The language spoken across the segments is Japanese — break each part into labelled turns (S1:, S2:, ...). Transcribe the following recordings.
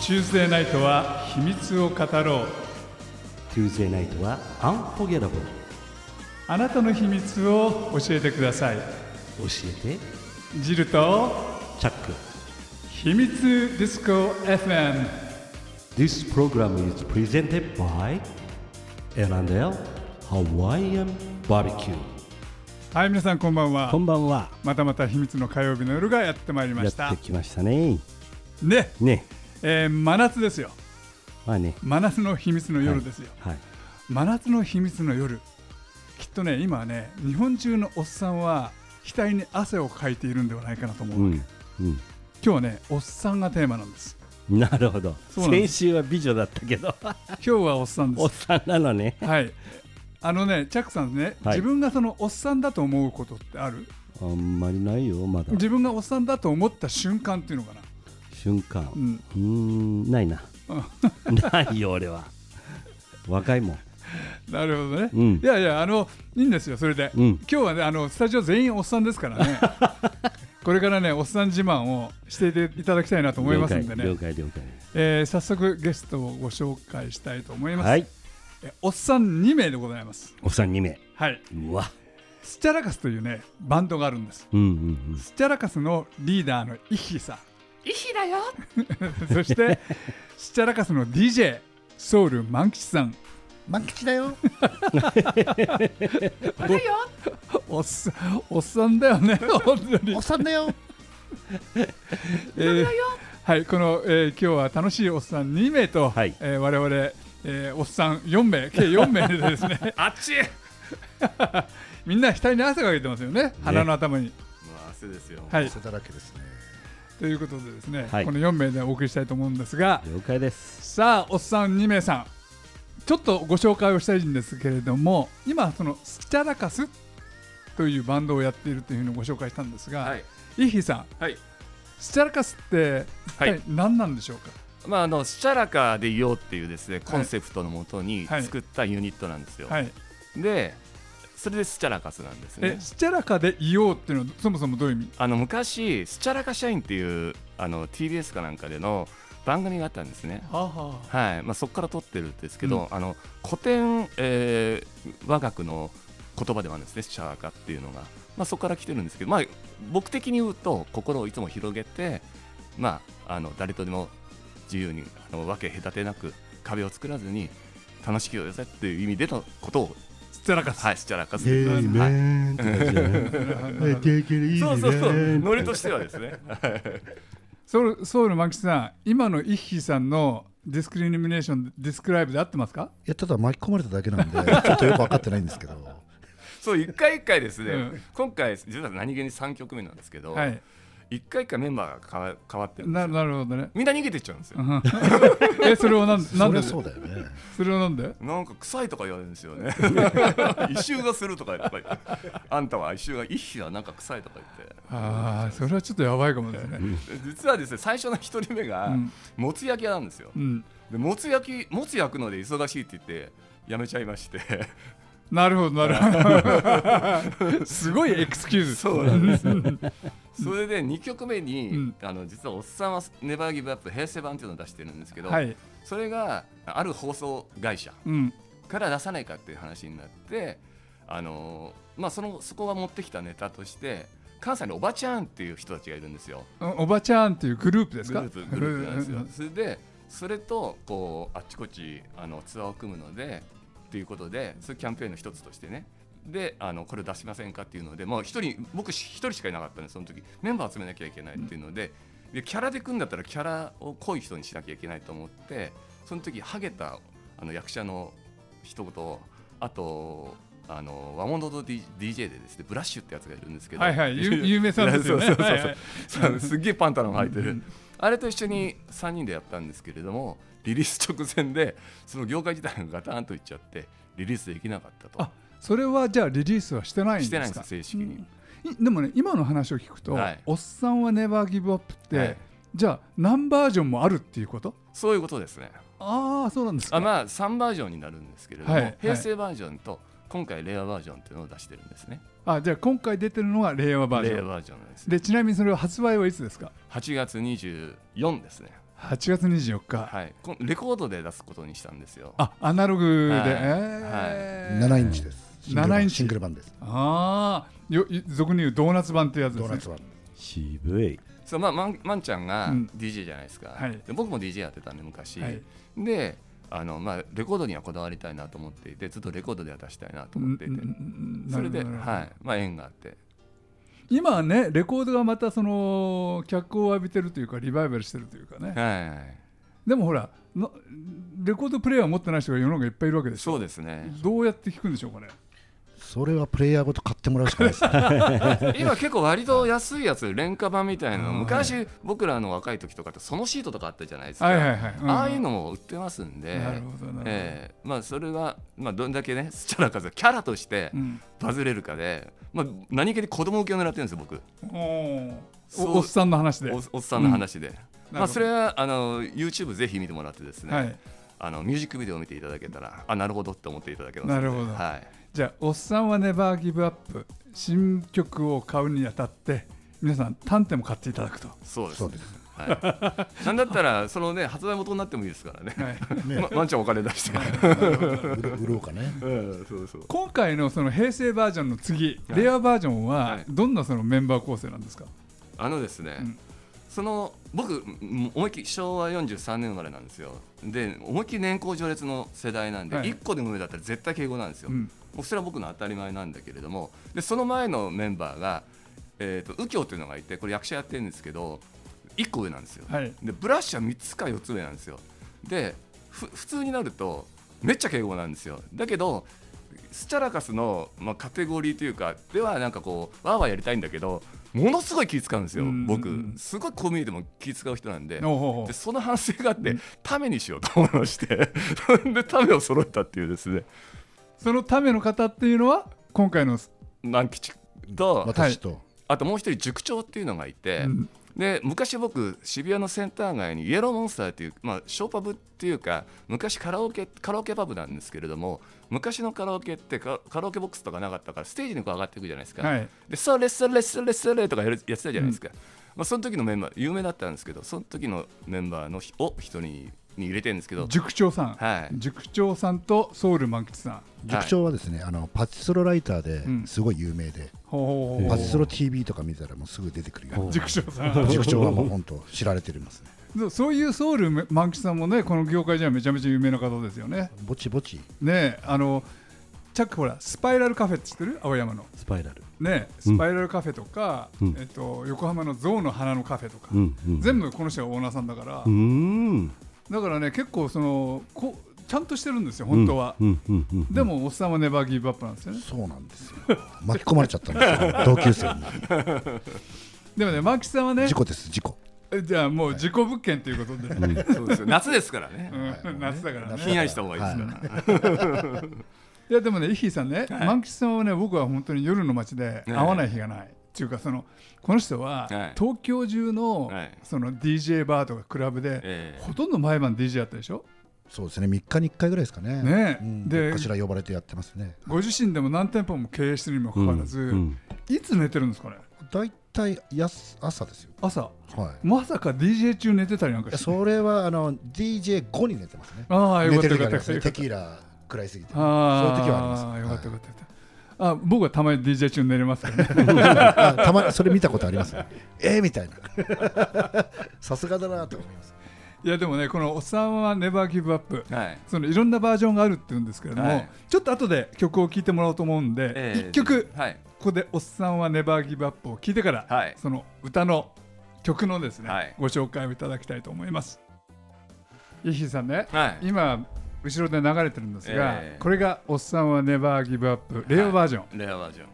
S1: チューズデーナイトは秘密を語ろう
S2: Tuesday night は Unforgettable 教
S1: あなたの秘密を教えてください
S2: えて
S1: ジルと
S2: チャック
S1: 秘密ディスコ FM
S2: This program is presented by L&L Hawaiian Barbecue
S1: はい皆さんこんばんは
S2: こんばんは
S1: またまた秘密の火曜日の夜がやってまいりま
S2: やっ
S1: した
S2: てきましたね
S1: ね、
S2: ね
S1: えー真夏ですよ
S2: まあね
S1: 真夏の秘密の夜ですよ、
S2: はい
S1: 真夏の秘密の夜きっとね今はね日本中のおっさんは額に汗をかいているんではないかなと思う、
S2: うん
S1: 今
S2: う
S1: 日はねおっさんがテーマなんです
S2: んなるほど
S1: そうなんで
S2: 先週は美女だったけ ど
S1: 今日はおっさんで
S2: おっ
S1: す
S2: さんなのね
S1: はいあのねチャックさんね、
S2: はい
S1: 自分がそのおっさんだと思うことってある
S2: あんまりないよまだ
S1: 自分がおっさんだと思った瞬間っていうのかな
S2: 瞬間
S1: う
S2: うんーんないなないよ俺は若いもん
S1: なるほどね、
S2: うん
S1: いやいやあのいいんですよそれで、
S2: うん
S1: 今日はねあのスタジオ全員おっさんですから ねこれからねおっさん自慢をしていただきたいなと思いますんでね
S2: 了解了解
S1: えー早速ゲストをご紹介したいと思い
S2: 了
S1: ま
S2: 解
S1: す、
S2: は
S1: え
S2: い
S1: ーおっさん2名でございます
S2: おっさん2名
S1: はい、
S2: うわ
S1: スチャラカスというねバンドがあるんです
S2: うんうん
S1: スチャラカスのリーダーのイヒさん
S3: 医師だよ
S1: そしてスチャラカスの DJ ソウル万吉さん
S4: 満吉だよ。
S3: わかるよ
S1: おっさんおっさんだよね本当に
S4: おっさんだよ。
S1: えーはいこの、えー今日は楽しいおっさん2名と、
S2: はい
S1: えー我々、えーおっさん4名計4名でですねあっち みんな額に汗かけてますよね鼻の頭に、
S5: まあ汗ですよ。
S1: はい
S4: 汗だらけですね。
S1: ということでですね、
S2: はい
S1: この4名でお送りしたいと思うんですが
S2: うん了解です
S1: さあおっさん2名さんちょっとご紹介をしたいんですけれども今そのスチャラカスというバンドをやっているというふうにご紹介したんですが、
S5: はい。
S1: イヒさん
S5: はい。
S1: スチャラカスって一
S5: は
S1: 体
S5: い
S1: 何なんでしょうか、
S5: まああのスチャラカでいようっていうですねコンセプトのもとに
S1: はい
S5: 作ったユニットなんですよ。
S1: はい
S5: で、それでスチャラカスなんです
S1: え
S5: ね。
S1: スチャラカでいようっていうのはそもそもどういう意味
S5: あの昔スチャラカ社員っていうあの TBS かなんかでの番組があったんですね。
S1: はは
S5: はい。まあそこから撮ってるんですけど、あの古典、えー和楽の言葉ではあるんですねスチャラカっていうのが。まあそこから来てるんですけど、まあ僕的に言うと心をいつも広げて、まああの誰とでも自由にあの分け隔てなく壁を作らずに楽しく寄せっていう意味でのことを
S1: スチャラカス、
S5: はいスチャラカス
S2: え
S5: で
S2: ー
S5: す。
S2: メ
S5: はい。
S2: ンって感じだねはいケーキでいいね
S5: そうそうそう。ノリとしてはです ね。
S1: ソウルソウルマキさん今のイヒさんのディスクリミネーションディスクライブで合ってますか
S4: いや、ただ巻き込まれただけなんで、 ちょっとよく分かってないんですけど。
S5: そう一回一回ですね。
S1: うん
S5: 今回実は何気に三曲目なんですけど、一、
S1: はい
S5: 回一回メンバーが変わ変わってるんです
S1: な
S5: よ。
S1: なるほどね
S5: みんな逃げてっちゃうんですよ。
S1: えそれをなんなん
S4: そり
S1: で
S4: ゃそうだよね。
S1: それをなんで
S5: なんか臭いとか言われるんです よね。異臭がするとかやっぱり。あんたは異臭が一匹はなんか臭いとか言って。
S1: ああそれはちょっとやばいかもですね。
S5: 実はですね最初の一人目が、
S1: うん
S5: もつ焼き屋なんですよ。
S1: うん、
S5: でもつ焼きもつ焼くので忙しいって言ってやめちゃいま して
S1: なるほどなるほ ど。すごいエクスキューズ。
S5: そうなんです よそれで2曲目に、
S1: うん
S5: あの実は「おっさんはネバーギブアップ平成版っていうのを出してるんですけど、
S1: はい、
S5: それがある放送会社
S1: うん、
S5: から出さないかっていう話になってあのーまあそのそこが持ってきたネタとして関西のおばちゃんっていう人たちがいるんですよ
S1: おおばちゃんっていうグループです
S5: グ
S1: か。
S5: ループグループなんです
S1: う
S5: よ
S1: ん。
S5: それでそれとこうあっちこっちあのツアーを組むのでっていうことでそういうキャンペーンの一つとしてねであのこれ出しませんかっていうのでもう一人僕一人しかいなかったんでその時メンバー集めなきゃいけないっていうので,、でキャラで組んだったらキャラを濃い人にしなきゃいけないと思ってその時ハゲたあの役者の一言をあとあの和物の D- DJ でですねブラッシュってやつがいるんですけど、
S1: はい はい、ゆ有名さんですよね。
S5: そうそうそうそう
S1: はいはい
S5: そうすっげえパンタロン履いて
S1: う
S5: る
S1: ん
S5: あれと一緒に3人でやったんですけれどもリリース直前でその業界自体がガタンといっちゃってリリースできなかった
S1: あ
S5: と
S1: それはじゃあリリースはしてないんですか。
S5: してないんです正式に、
S1: いでもね今の話を聞くと、
S5: はい
S1: おっさんはネバーギブアップって、
S5: はい
S1: じゃあ何バージョンもあるっていうこと？
S5: そういうことですね
S1: ああそうなんですか。
S5: あまあ3バージョンになるんですけれども、
S1: はいはい
S5: 平成バージョンと今回令和バージョンっていうのを出してるんですね
S1: あじゃあ今回出てるのは令和バージ
S5: 令
S1: ョ
S5: 和
S1: ン。
S5: バージョンなんですね
S1: でちなみにそれは発売はいつですか？
S5: 8月24ですね
S1: 8月24日、
S5: はい、こレコードで出すことにしたんですよ。
S1: あアナログで、
S5: はい
S1: えー
S4: 7インチですシングル
S1: 7
S4: 版
S1: インチ
S4: シングル版です
S1: ああよい俗に言うドーナツ版ってやつです
S4: ド
S1: ね
S4: ーナツ版
S2: 渋い。
S5: そうまあ、まんまんちゃんが
S1: うん
S5: DJ じゃないですか、
S1: はい
S5: で僕も DJ やってたんで昔、
S1: はい
S5: であの、まあ、レコードにはこだわりたいなと思っていてずっとレコードでは出したいなと思っていて、それで、
S1: は
S5: はいまあ、縁があって
S1: い、今はねレコードがまたその脚光を浴びてるというかリバイバルしてるというかね、
S5: はいはいはい
S1: でもほらのレコードプレイヤーを持ってない人が世の中いっぱいいるわけでしょ
S5: そうで すね
S1: どうやって聞くんでしょうかね
S4: それはプレイヤーごと買ってもらうしかないです ね
S5: 今結構割と安いやつ廉価版みたいなの昔僕らの若い時とかってそのシートとかあったじゃないですか、
S1: はいはいはい、うん
S5: ああいうのも売ってますんで
S1: なるほどなるほど
S5: ええまあ、それは、まあ、どんだけねスチャラカズキャラとして
S1: うん
S5: バズれるかで、まあ、何気に子供受けを狙ってるんですよ僕。
S1: おー
S5: そう
S1: おおっさんの話で、
S5: おおっさんの話で、
S1: ど
S5: まあ、それはあの YouTube ぜひ見てもらってですね、
S1: はい、
S5: あのミュージックビデオを見ていただけたらあなるほどって思っていただけます
S1: なるほど
S5: はい、
S1: じゃあ「おっさんはネバーギブアップ」新曲を買うにあたって皆さん単点も買っていただくと、
S5: そうです
S4: そうです
S5: はい、なんだったらそのね発売元になってもいいですからね、
S1: はい、
S4: ね
S5: ま、ワンちゃんお金出して、
S4: 売ろ売ろうかね
S5: うん、そうそう
S1: 今回のその平成バージョンの次、
S5: はい
S1: 令和バージョンは
S5: はい
S1: どんなそのメンバー構成なんですか、
S5: あのですね、
S1: うん
S5: その僕うん思いっきり昭和43年生まれなんですよで思いっきり年功序列の世代なんで、
S1: はい
S5: 一1個でも上だったら絶対敬語なんですよ、
S1: うん
S5: もうそれは僕の当たり前なんだけれどもでその前のメンバーが、えー、と右京というのがいてこれ役者やってるんですけど1個上なんですよ、
S1: はい
S5: でブラッシュは3つか4つ上なんですよでふ普通になるとめっちゃ敬語なんですよだけどスチャラカスの、まあ、カテゴリーというかではなんかこうわーわーやりたいんだけどものすごい気使うんですよ
S1: うん
S5: 僕すごいこう見えても気使う人なんで
S1: おうおうおう
S5: でその反省があってためにしようと思いまして それでためを揃えたっていうですね
S1: そのための方っていうのは今回の、
S5: 南吉と
S4: 私と
S5: あともう一人塾長っていうのがいて、
S1: うん
S5: で昔僕渋谷のセンター街にイエローモンスターっていう、まあ、ショーパブっていうか昔カラオケカラオケパブなんですけれども昔のカラオケってカカラオケボックスとかなかったからステージにこう上がっていくじゃないですか、
S1: はい、
S5: でそれそれそれそれとかやるやってたじゃないですか、まあ、その時のメンバー有名だったんですけどその時のメンバーのひを一人に入れてるんですけど
S1: 塾長さん、
S5: はい
S1: 塾長さんとソウル満喫さん
S4: 塾長はですね、あのパチスロライター
S1: ん
S4: ですごい有名で、
S1: ほうほうほ
S4: パ
S1: う
S4: チスロ TV とか見たらもうすぐ出てくるよう
S1: 塾長さ
S4: なん塾長はもう本当知られてます ね
S1: そうそういうソウル満喫さんもねこの業界じゃめちゃめちゃ有名な方ですよね
S4: ぼちぼち
S1: ねえあのチャックほらスパイラルカフェって知ってる青山の
S2: スパイラル。
S1: ねえ
S2: うん
S1: スパイラルカフェとか、
S2: うん
S1: えっと、横浜の象の花のカフェとか、
S2: うんうん。
S1: 全部この人がオーナーさんだから、
S2: うーん。
S1: だからね結構そのこちゃんとしてるんですよ本当は、
S2: うんうんうん。
S1: でもおっさんはネバーギブアップなんですよね
S4: そうなんですよ巻き込まれちゃった んですよ同級生に
S1: でもねマーキさんはね
S4: 事故です事故
S1: えじゃあもう事故物件ということで、
S5: そうですよ夏ですからね
S1: うん 夏だからね
S5: ひんやりした方がいいですから、
S1: いやでもね、イヒーさんね、満喫さんはね、僕は本当に夜の街で
S5: え
S1: 会わない日がない。っていうかそのこの人は
S5: はい
S1: 東京中の
S5: はい
S1: その DJ バーとかクラブで
S5: ええ
S1: ほとんど毎晩 DJ やったでしょ
S4: そうですね3日に1回ぐらいですかね
S1: ねえ
S4: うん
S1: で
S4: どっかしら呼ばれてやってますね
S1: ご自身でも何店舗も経営してるにもか
S2: う
S1: か
S2: ん
S1: わらず、
S2: うん
S1: いつ寝てるんですかね
S4: 大体やす朝ですよ
S1: 朝
S4: はい
S1: まさか DJ 中寝てたりなんか
S4: いや
S1: して
S4: それはあの DJ5 に寝てますね
S1: ああよ
S4: 寝
S1: かってた
S4: る
S1: よ
S4: か
S1: かった
S4: ら
S1: よ
S4: ですね
S1: か
S4: テ
S1: った
S4: キーラ食らいすぎてそういう
S1: あ
S4: 時はあります
S1: あよかったよかったよかったあ僕はたまに DJ 中寝れます からね
S4: はいあたまにそれ見たことありますねえーみたいな さすがだなと思います
S1: いやでもねこの「おっさんはネバーギブアップ」
S5: はい
S1: そのいろんなバージョンがあるって言うんですけれども、
S5: はい
S1: ちょっと後で曲を聴いてもらおうと思うんで、
S5: ええ
S1: 1曲
S5: はい
S1: ここで「おっさんはネバーギブアップ」を聴いてから、
S5: はい
S1: その歌の曲のですね、
S5: はい
S1: ご紹介をいただきたいと思います。イヒさんね、
S5: はい
S1: 今後ろで流れてるんですが、
S5: ええ
S1: これが「おっさんはネバーギブアップ」令和バージョン、
S5: レアバージョン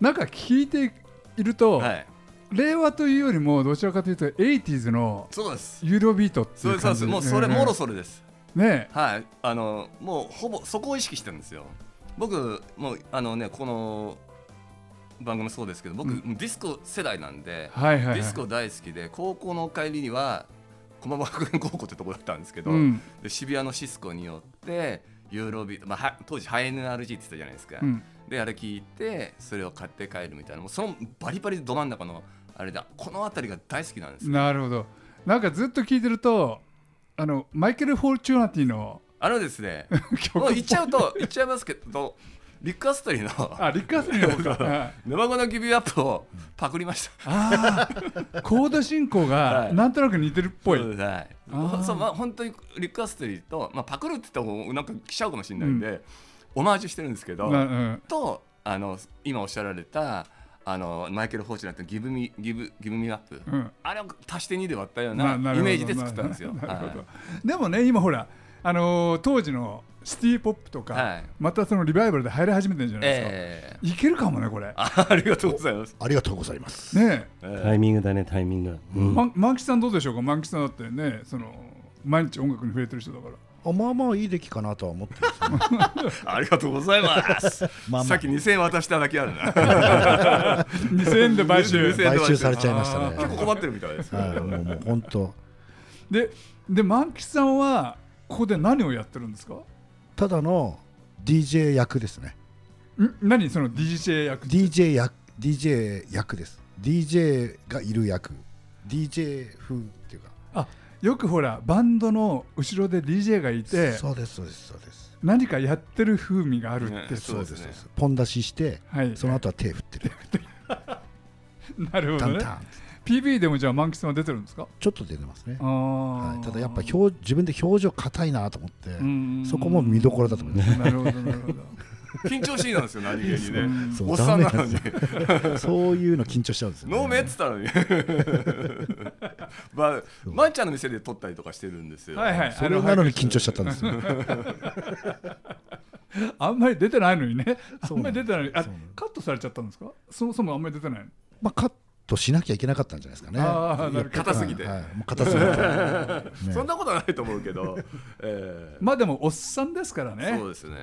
S1: なんか聴いていると、
S5: はい
S1: 令和というよりもどちらかというと 80s の
S5: そうです
S1: ユーロビートって
S5: そう
S1: いう
S5: ですそ
S1: 感
S5: うで
S1: じ
S5: すもうそれ
S1: ん
S5: もろそれです
S1: ね
S5: はいあのもうほぼそこを意識してるんですよ僕もうあのねこの番組もそうですけど僕、ディスコ世代なんで、
S1: はいはいはい
S5: ディスコ大好きで高校の帰りには駒場学園高校ってとこだったんですけど、
S1: うん
S5: で渋谷のシスコによってユーロビート、まあ、は当時ハ NRG って言ってたじゃないですか、
S1: うん
S5: であれ聞いてそれを買って帰るみたいなもうそのバリバリど真ん中のあれだこの辺りが大好きなんですよ
S1: なるほど。なんかずっと聞いてるとあのマイケル・フォルチュナティの
S5: あので すね、
S1: 曲
S5: も
S1: も
S5: う言っちゃうと、言っちゃいますけど、リック・アス トリーの
S1: あリック・アスリーの方かはい
S5: 沼子のギビアップをパクりました。
S1: ああコード進行
S5: は
S1: が
S5: い
S1: なんとなく似てるっぽい、
S5: そうです はい
S1: あー
S5: そうまあ本当にリック・アストリーと、まあ、パクるって言ったらなんか来ちゃうかもしれないんで、オマージュしてるんですけど、
S1: なうん
S5: とあの今おっしゃられたあのマイケル・フォーチュナってギブミギブギブミアップ、
S1: うん
S5: あれを足して2で割ったよう
S1: なな
S5: なイ
S1: るほど
S5: メージで作ったんですよ。
S1: ななるほど
S5: は
S1: でもね今ほら、あのー当時のシティ・ポップとか、
S5: い、はい
S1: またそのリバイバルで入り始めてるんじゃないですか、
S5: ええ
S1: いけるかもねこれ
S5: あありがとうございます。
S4: ありがとうございます。
S1: ねえ、
S5: え
S2: タイミングだねタイミング、うん
S1: ま満吉さんどうでしょうか満吉さんだってねその毎日音楽に触れてる人だから
S4: あまあまあいい出来かなとは思ってるんですよね
S5: えありがとうございます。
S4: まあまあ
S5: さっき2000円渡しただけあるな。
S1: 2000円で買 収
S5: 2000円
S4: 買収されちゃいましたね。
S5: 結構困ってるみたいです。
S4: はい、もうもう本当。
S1: でで満吉さんはここで何をやってるんですか
S4: ただの DJ 役ですね。
S1: ん何その DJ 役
S4: DJ 役 DJ 役です。DJ がいる役。DJ 風っていうか。
S1: よくほらバンドの後ろで DJ がいて
S4: そうですそうですそうです。
S1: 何かやってる風味があるって、
S5: ねそうですね
S4: そうですポン出しして、
S1: はい
S4: その後は手振ってる。
S1: なるほ
S4: タ
S1: ど
S4: ン
S1: ね
S4: タン。
S1: PV でもじゃあ満吉さんは出てるんですか
S4: ちょっと出てますね
S1: あ。ー、
S4: はい、ただやっぱ表自分で表情硬いなと思って、
S1: うん
S4: そこも見どころだと思いま
S1: なるほどなるほど
S5: 緊張しいなんですよ、何気にね。
S4: そう
S5: おっさんなのに
S4: ダ。す。 そういうの緊張しちゃうんですよ、ね。
S5: 飲めっつ ったのにまあ、まんちゃんの店で撮ったりとかしてるんですよ。
S1: はいはい
S4: それなのに緊張しちゃったんですよ。
S1: あんまり出てないのにね。あ
S4: そ
S1: ん
S4: う
S1: ま
S4: な
S1: り
S4: ん
S1: 出
S4: です
S1: てないのに。あ
S4: そうなんです
S1: カットされちゃったんですかそもそもあんまり出てないの
S4: まあカットしなきゃいけなかったんじゃないですかね。
S1: あーなるほど
S4: やっぱり
S5: 硬すぎて
S4: はいもう硬すぎて。ね
S5: そんなことはないと思うけど、ええ
S1: まあでも、おっさんですからね
S5: そう。ですね。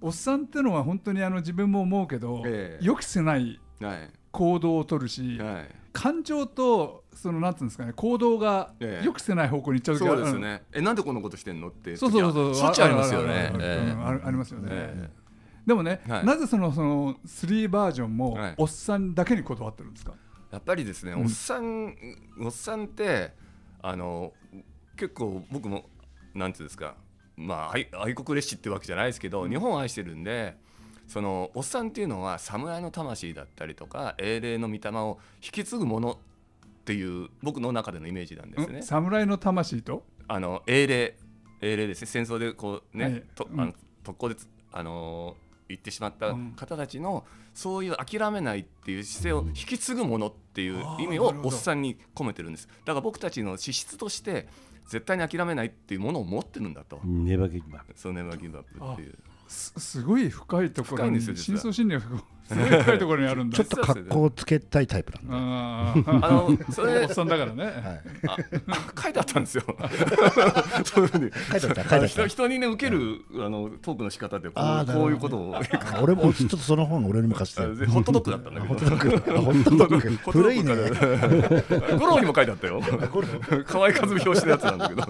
S1: おっさんってのは本当にあの自分も思うけど、
S5: ええ
S1: 予期せない
S5: はい。
S1: 行動を取るし、
S5: はい。
S1: 感情と、そのなんていうんですかね、行動が
S5: ええ
S1: 予期せない方向に行っちゃう時
S5: そ
S1: が
S5: うです
S1: うん
S5: ね。え、なんでこんなことしてんのって。
S1: そうそうそう。
S5: 時はしょっちゅうありますよね
S1: あ。るあるある
S5: え
S1: うんあるありますよ
S5: え
S1: ね。
S5: ええ
S1: でもね、
S5: はい
S1: なぜそのその3バージョンも
S5: はい
S1: おっさんだけに断ってるんですか、
S5: やっぱりですね、
S1: ん
S5: おっさん、おっさんって、あの、結構僕も、なんていうんですか。まあ、愛愛国列士ってわけじゃないですけど、日本を愛してるんで。そのおっさんっていうのは侍の魂だったりとか英霊の御霊を引き継ぐものっていう僕の中でのイメージなんですね
S1: ん。侍の魂と
S5: あの英霊英霊ですね戦争でこうね、
S1: はい
S5: と
S1: うん
S5: あの特攻でつあのー行ってしまった
S1: うん
S5: 方たちの、そういう諦めないっていう姿勢を引き継ぐものっていう
S1: あー
S5: 意味
S1: な
S5: を
S1: るほ
S5: お
S1: ど
S5: っさんに込めてるんですだから僕たちの資質として絶対に諦めないっていうものを持ってるんだと、
S2: ネバーギブアップ
S5: そのネバーギブアップっていう
S1: すすごい深いところ
S5: 深いん
S1: に
S5: ですよ実
S1: 深
S5: は
S1: 層心理がすごい深いところにあるんだ
S4: ちょっと格好をつけたいタイプなんで。
S1: あ
S5: あ
S1: あ
S5: の そ
S1: お
S5: れ
S1: っさんだ からね、
S4: はい。
S5: ああ書いてあったんですよそういう ふうに
S4: 書いてあった書いてあった
S5: 人人にね受ける、あのトークの仕方でこ
S4: あー
S5: う
S4: なる
S5: こ
S4: ほど
S5: ういうことを
S4: あ俺もちょっとその本俺にも貸して
S5: あ。でホットドッグだったんだけど。
S4: ホットドッグ。ホットドッグ。古いね。
S5: ゴローにも書いてあったよ。河合和美表紙のやつなんだけど。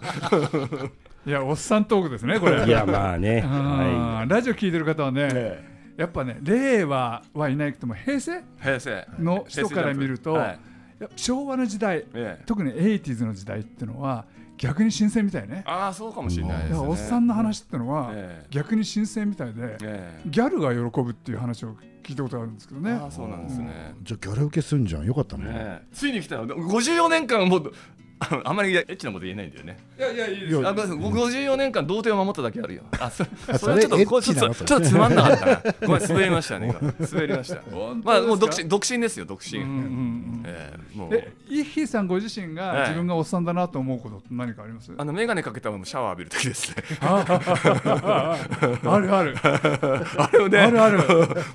S1: いやおっさんトークですねこれ
S2: いやまあね
S1: あ
S2: は
S1: ーラジオ聞いてる方はね、
S5: え
S1: やっぱね令和はいないけども平成
S5: 平成
S1: の人から見ると、
S5: はい
S1: やっぱ昭和の時代、
S5: ええ
S1: 特に 80s の時代ってのは逆に新鮮みたいね
S5: ああそうかもしれない
S1: だ
S5: です
S1: から
S5: ね。
S1: おっさんの話ってのは、
S5: ええ
S1: 逆に新鮮みたいで、
S5: ええ。
S1: ギャルが喜ぶっていう話を聞いたことがあるんですけどね
S5: ああそうなんですね。
S4: じゃあギャラ受けすんじゃん。よかった
S5: ね
S4: ね。
S5: えついに来たよ。54年間もうああんまりエッチなこと言えないんだよね。
S1: いやいやいいです
S4: いや
S5: あ、ごめんなさい54年間童貞を守っただけあるよ。あ、そ
S4: あ
S5: それはちょっ
S4: それ
S5: とこうちょっ
S4: エッチ
S5: と
S4: なの
S5: ちょっとつまんなかったな。ごめん滑りましたね。今滑りました。
S1: 本当ですか
S5: まあもう独身独身ですよ独身。
S1: うんうんうん
S5: ええもう。
S1: え、イッヒーさんご自身
S5: はい
S1: が自分がおっさんだなと思うことって何かあります
S5: あの眼鏡かけたままシャワー浴びるときですね。
S1: ああるある。
S5: あれをね、
S1: あるある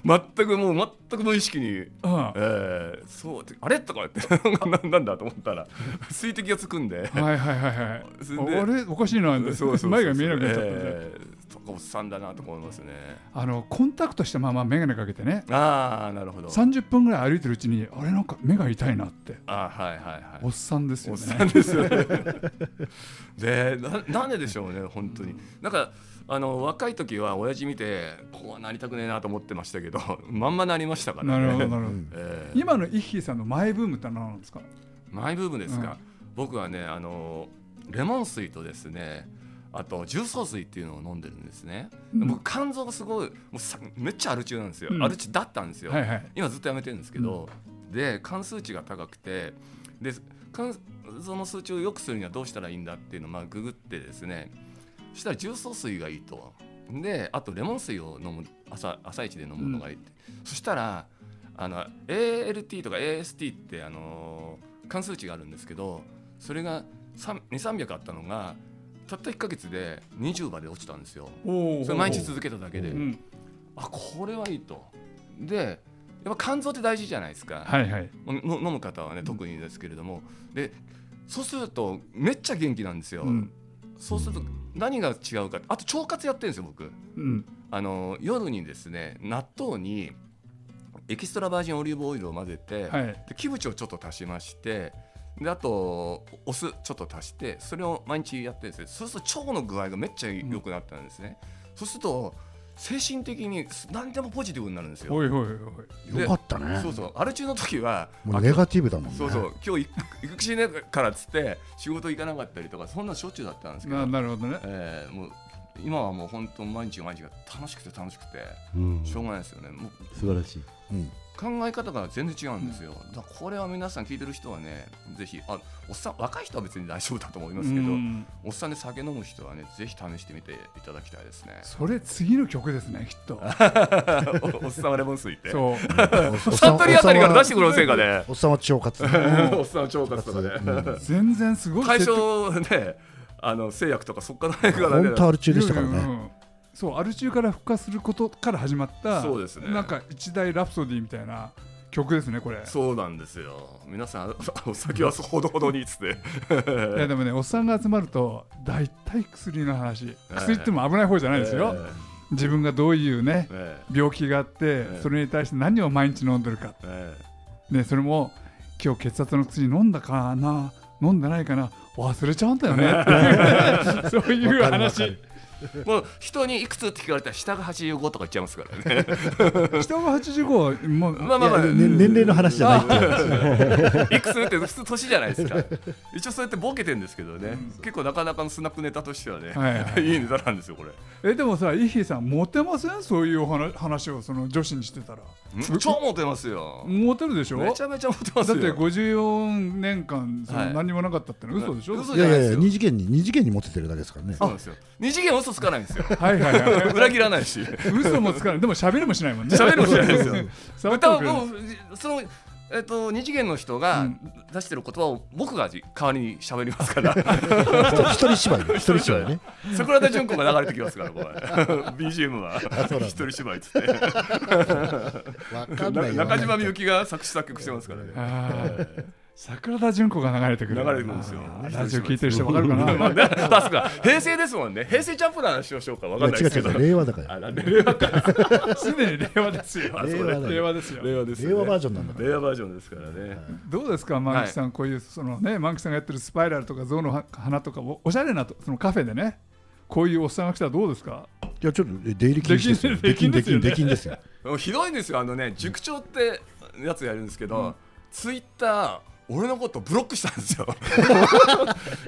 S5: 全くもう全く無意識に、
S1: うん
S5: えーそうってあれとかって なんかなんなんだと思ったら水滴がつくん で。
S1: はいはいはいはい
S5: そ。れで
S1: あれおかしいな
S5: そうそうそう
S1: 前が見えなくなっちゃったんで。
S5: えーとかおっさんだなと思いますね。
S1: あのコンタクトしたまま眼鏡かけてね。
S5: ああなるほど。
S1: 30分ぐらい歩いてるうちにあれなんか目が痛いなって
S5: あーはいはいはい。
S1: おっさんですよ
S5: おっ
S1: ね。
S5: さんですよね。 でななんででしょうね本当に。なんかあの若い時は親父見てこうなりたくねえなと思ってましたけど まんまなりましたから
S1: な
S5: ね。
S1: るほどなるほど。
S5: えー
S1: 今のイッヒーさんのマイブームって何なんですか。
S5: マイブームですか、僕はねあのレモン水とですねあと重曹水っていうのを飲んでるんですね、
S1: うん
S5: 僕肝臓がすごいもうさめっちゃアル中なんですよ、
S1: うん
S5: アル中だったんですよ、
S1: はいはい
S5: 今ずっとやめてるんですけど、で肝数値が高くてで肝臓の数値を良くするにはどうしたらいいんだっていうのをまあググってですねそしたら重曹水がいいとであとレモン水を飲む朝朝一で飲むのがいいって、そしたらあの ALT とか AST ってあのー関数値があるんですけどそれが2300あったのがたった1か月で20まで落ちたんですよ
S1: おー
S5: それ毎日続けただけで、
S1: うん
S5: あこれはいいとでやっぱ肝臓って大事じゃないですか、
S1: はいはい
S5: の飲む方はね特にですけれども、でそうするとめっちゃ元気なんですよ、
S1: うん
S5: そうすると何が違うかあと腸活やってるんですよ僕
S1: うん
S5: あの夜にですね納豆にエキストラバージンオリーブオイルを混ぜて、
S1: はい
S5: でキムチをちょっと足しましてであとお酢ちょっと足してそれを毎日やってるんですよそうすると腸の具合がめっちゃ良くなったんですね、そうすると精神的に何でもポジティブになるんですよ
S1: おいおいおい
S5: で
S4: よかったね
S5: そうそうアル中の時は
S4: もう
S5: あ
S4: ネガティブだもんね
S5: そうそう今日行く行くしねえからっつって仕事行かなかったりとかそんなしょっちゅうだったんですけど
S1: な、なるほどね
S5: えーもう今はもう本当毎日毎日が楽しくて楽しくて
S2: うん
S5: しょ
S2: 素
S5: うがないですよねもう
S2: 晴らしい。
S4: うん
S5: 考え方が全然違うんですよ、だからこれは皆さん聞いてる人はねぜひあおっさん若い人は別に大丈夫だと思いますけど、
S1: うん
S5: おっさんで酒飲む人はねぜひ試してみていただきたいですね
S1: それ次の曲ですねきっと
S5: おおっさんはレモン水って
S1: そう
S4: お
S5: サントリーあたりから出しててくれませんかね
S4: おっさんは腸 活
S5: おっさんは腸活とかね
S4: うん
S1: 全然すごい
S5: 最
S1: 説
S5: 初
S1: 得
S5: ねあの製薬とかそっから大学がダメ
S4: 本当
S5: だ
S4: アル中でしたから
S1: うんう
S4: ね
S1: んうんそうアル中から復活することから始まった
S5: そうですね
S1: なんか一大ラプソディみたいな曲ですねこれ
S5: そうなんですよ皆さんお酒はほどほどにっつって
S1: いやでもねおっさんが集まると大体薬の話薬っても危ない方じゃないですよ、
S5: え
S1: 自分がどういうね
S5: ええ
S1: 病気があって
S5: え
S1: それに対して何を毎日飲んでるか
S5: ええ
S1: ねそれも今日血圧の薬飲んだかな飲んでないかな忘れちゃうんだよねって そういう
S4: わかるわか
S1: 話
S4: る
S5: えもう人にいくつって聞かれたら下が85とか言っちゃいますからね
S1: 人が85もう
S5: まあまあまあ、
S4: いやね年齢の話じゃないっていう話
S5: いくつって普通年じゃないですか一応そうやってボケてんですけどね、結構なかなかのスナックネタとしてはね、、
S1: はいはい
S5: いネタなんですよこれ
S1: えでもさイッヒーさんモテませんそういうお話話をその女子にしてたら
S5: ん超モテますよ
S1: モテるでしょ
S5: めちゃめちゃモテます
S1: だっ
S5: よ
S1: て54年間そ
S5: は
S1: の
S5: い
S1: 何もなかったっての嘘でしょ、
S5: 嘘
S4: い
S5: じ
S4: や
S5: ゃ
S4: い
S5: ない
S4: やいや
S5: ですよ
S4: 二次元に二次元に持っててるだけですからね
S5: そうなんですよ二次元嘘つかないんですよ
S1: はいはいはい
S5: 裏切らないし
S1: 嘘もつかないでも喋りもしないもんね
S5: 喋るもしないですよ
S1: 触って
S5: 歌
S1: も
S5: は
S1: くれない
S5: もうそのえっと二次元の人が出してる言葉を僕が代わりに喋りますから
S4: 一 人芝居で一人芝居ね
S5: 桜田淳子が流れてきますからこれ BGM は
S4: そうなんだ
S5: 一人芝居っつって
S4: わかんないよ
S5: 中島みゆきが作詞作曲してますからね
S1: あー桜田純子が流れてく
S5: 流
S1: る
S5: れてくるんですよ
S1: あーラジオ聞いてる人わかるかな
S5: まあね確か平成ですもんね平成ジャンプの話をしようかわ
S4: い
S5: か
S4: や
S5: んないですけ
S4: 違う
S5: ど
S4: 違う令和だから
S5: あなんで令和か
S1: すでに令和ですよ
S5: あ そう
S4: 令
S5: ね
S4: 和 だ
S1: 令
S4: よ
S1: 和ですよ
S5: 令和ですね
S4: 令和バージョンなんだから
S5: 令和バージョンですからね
S1: どうですかマンキさん、こういうそのねマンキさんがやってるスパイラルとか象の花とかおおしゃれなとそのカフェでねこういうおっさんが来たらどうですか
S4: いやちょっとえ出入り禁止ですよ
S1: 出禁で
S4: です
S1: よ
S4: き
S1: ね
S4: んできんですよ
S5: もうひどいんですよあのね塾長ってやつやるんですけど、ツイッター俺のことブロックしたんですよ考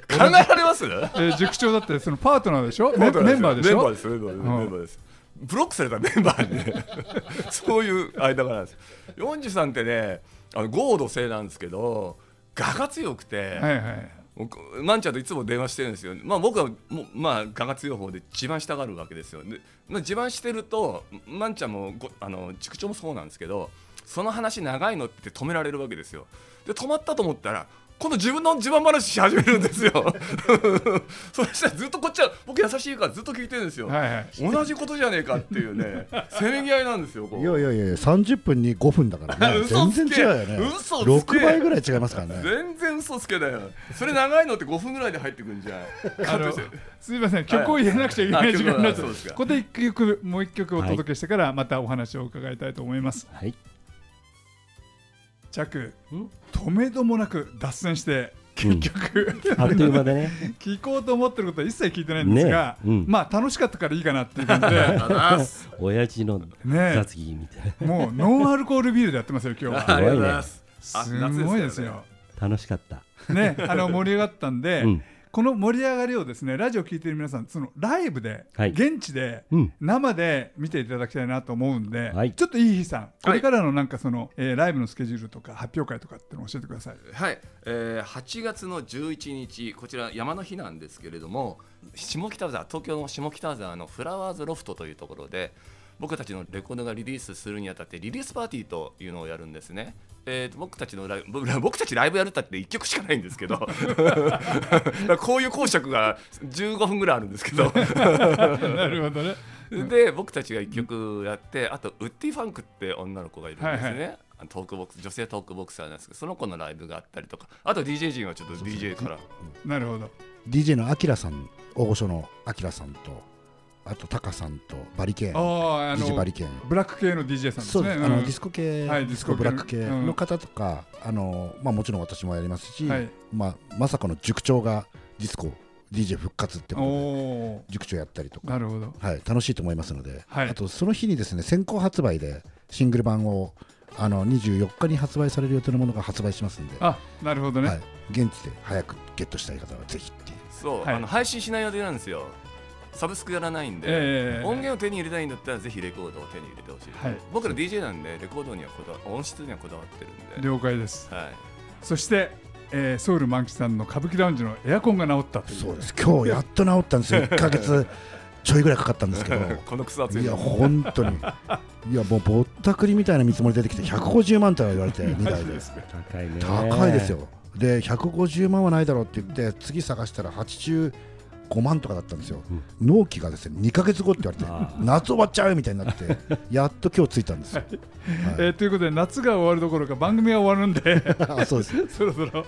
S5: えられます
S1: えー塾長だってそのパートナーでしょメンメンバーでし
S5: メンバー
S1: ょ
S5: ですメンバーです、
S1: うん
S5: メンバーですブロックされたメンバーにね そういう間柄なんです43ってねあの豪土性なんですけど我が強くて、
S1: はいはい
S5: 僕マンちゃんといつも電話してるんですよ、まあ、僕はもう、まあ、我が強い方で自慢したがるわけですよ、でまあ、自慢してるとマンちゃんもごあの塾長もそうなんですけどその話長いのって止められるわけですよで止まったと思ったら今度自分の自慢話し始めるんですよ そしたらずっとこっちは僕優しいからずっと聞いてるんですよ、
S1: はいはい
S5: 同じことじゃねえかってい うねせめぎ合いなんですよこう
S4: いやいやいや30分に5分だからね
S5: 嘘
S4: 全
S5: つけ
S4: 然違うよね
S5: 嘘つけ
S4: 6倍ぐらい違いますからね
S5: 全然嘘つけだよそれ長いのって5分ぐらいで入ってくんじゃん
S1: あのすみません曲を入れなくちゃいけな
S5: はいい
S1: 時間になって
S5: あ曲はそう
S1: ま
S5: です
S1: す
S5: か
S1: ここで一曲もう一曲お届けしてからまたお話を伺いたいと思います、
S2: はい。
S1: チャク止めどもなく脱線して
S2: うん
S1: 結局、
S2: あっという間 でね。
S1: 聞こうと思ってることは一切聞いてないんですが、
S2: ねえうん
S1: まあ楽しかったからいいかなっていう感じで
S2: 親父の
S1: ねえ
S2: 雑技みたいな。
S1: もうノンアルコールビールでやってますよ今日
S5: あ
S1: は
S5: りがとうございます。あ
S1: すごいですよ。
S2: 楽しかった、
S1: ね、あの盛り上がったんで、
S2: うん
S1: この盛り上がりをですねラジオ聞いてる皆さんそのライブで、
S2: はい
S1: 現地で、
S2: うん
S1: 生で見ていただきたいなと思うんで、
S2: はい
S1: ちょっといい日さんこれからのなんかその、えーライブのスケジュールとか発表会とかっていうのを教えてください。
S5: はい、えー8月の11日、こちら山の日なんですけれども、下北沢、東京の下北沢のフラワーズロフトというところで、僕たちのレコードがリリースするにあたって、リリースパーティーというのをやるんですね。えーと僕たちのライブ僕僕たちライブやるったって1曲しかないんですけど だからこういう講釈が15分ぐらいあるんですけど
S1: なるほどね。
S5: で僕たちが1曲やってあとウッディ・ファンクって女の子がいるんですね、
S1: はいは
S5: あのトークボックス女性トークボクサーなんですけどその子のライブがあったりとかあと DJ 陣はちょっと DJ から
S1: なるほど。
S4: DJ のアキラさん大御所のアキラさんとあとタカさんとバリケーン
S1: あああ
S4: DJ バ
S1: の
S4: リケーン
S1: ブラック系の DJ さんですね。
S4: そうです、
S1: ん
S4: あのディスコ系、
S1: はい
S4: デ
S1: デ
S4: ィ
S1: ィ
S4: ス
S1: ス
S4: コ
S1: コ系
S4: ブラック系
S1: うん
S4: の方とか、あのまあ、もちろん私もやりますし、
S1: はい
S4: まあ、まさかの塾長がディスコ DJ 復活ってことで
S1: おお
S4: 塾長やったりとか、
S1: なるほど。
S4: はい、楽しいと思いますので、
S1: はい
S4: あとその日にですね先行発売でシングル版をあの24日に発売される予定のものが発売しますんで、
S1: あなるほどね。
S4: はい、現地で早くゲットしたい方はぜひっていう
S5: そう、
S1: はい
S5: あの配信しない予定なんですよサブスクやらないんで、
S1: ええ
S5: 音源を手に入れたいんだったらぜひレコードを手に入れてほしい、
S1: はい
S5: 僕ら DJ なんでレコードにはこだわ音質にはこだわってるんで、
S1: 了解です。
S5: はい、
S1: そして、えーソウル満喫さんの歌舞伎ラウンジのエアコンが直ったという。
S4: そうです今日やっと治ったんですよ1ヶ月ちょいぐらいかかったんですけど
S5: この草厚 い
S4: いや
S5: の
S4: 本当にいやもうぼったくりみたいな見積もり出てきて150万とは言われて2台で
S2: 高いね
S4: 高いですよで150万はないだろうって言って次探したら85万とかだったんですよ、納期がですね2ヶ月後って言われ
S2: あ
S4: て夏終わっちゃうみたいになってやっと今日着いたんですよ、
S1: えーということで夏が終わるどころか番組が終わるんで
S4: あ そうです
S1: そろそろ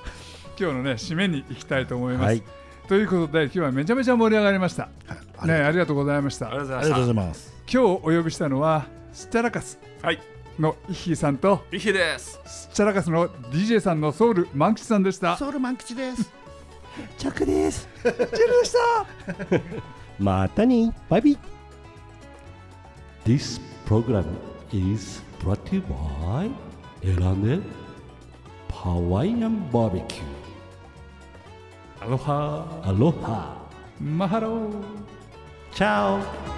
S1: 今日のね締めに行きたいと思います。
S2: はい
S1: ということで今日はめちゃめちゃ盛り上がりました。
S4: あ
S1: ね
S4: り
S1: ありがとうございました。
S5: ありがとう
S1: 今
S5: ござい
S4: ありが
S5: まし
S4: と
S5: た
S4: うございます
S1: 日お呼びしたのはスチャラカス
S5: はい
S1: のイッヒーさんと
S5: リヒです
S1: スチャラカスの DJ さんのソウル満喫さんでした。
S4: ソウル満吉です
S2: チャックですチャックでした またにバイビー This program is brought to you by エラネハワイアンバーベキュ
S1: アロハ
S2: ーアロハ
S1: マハロー。
S2: チャオ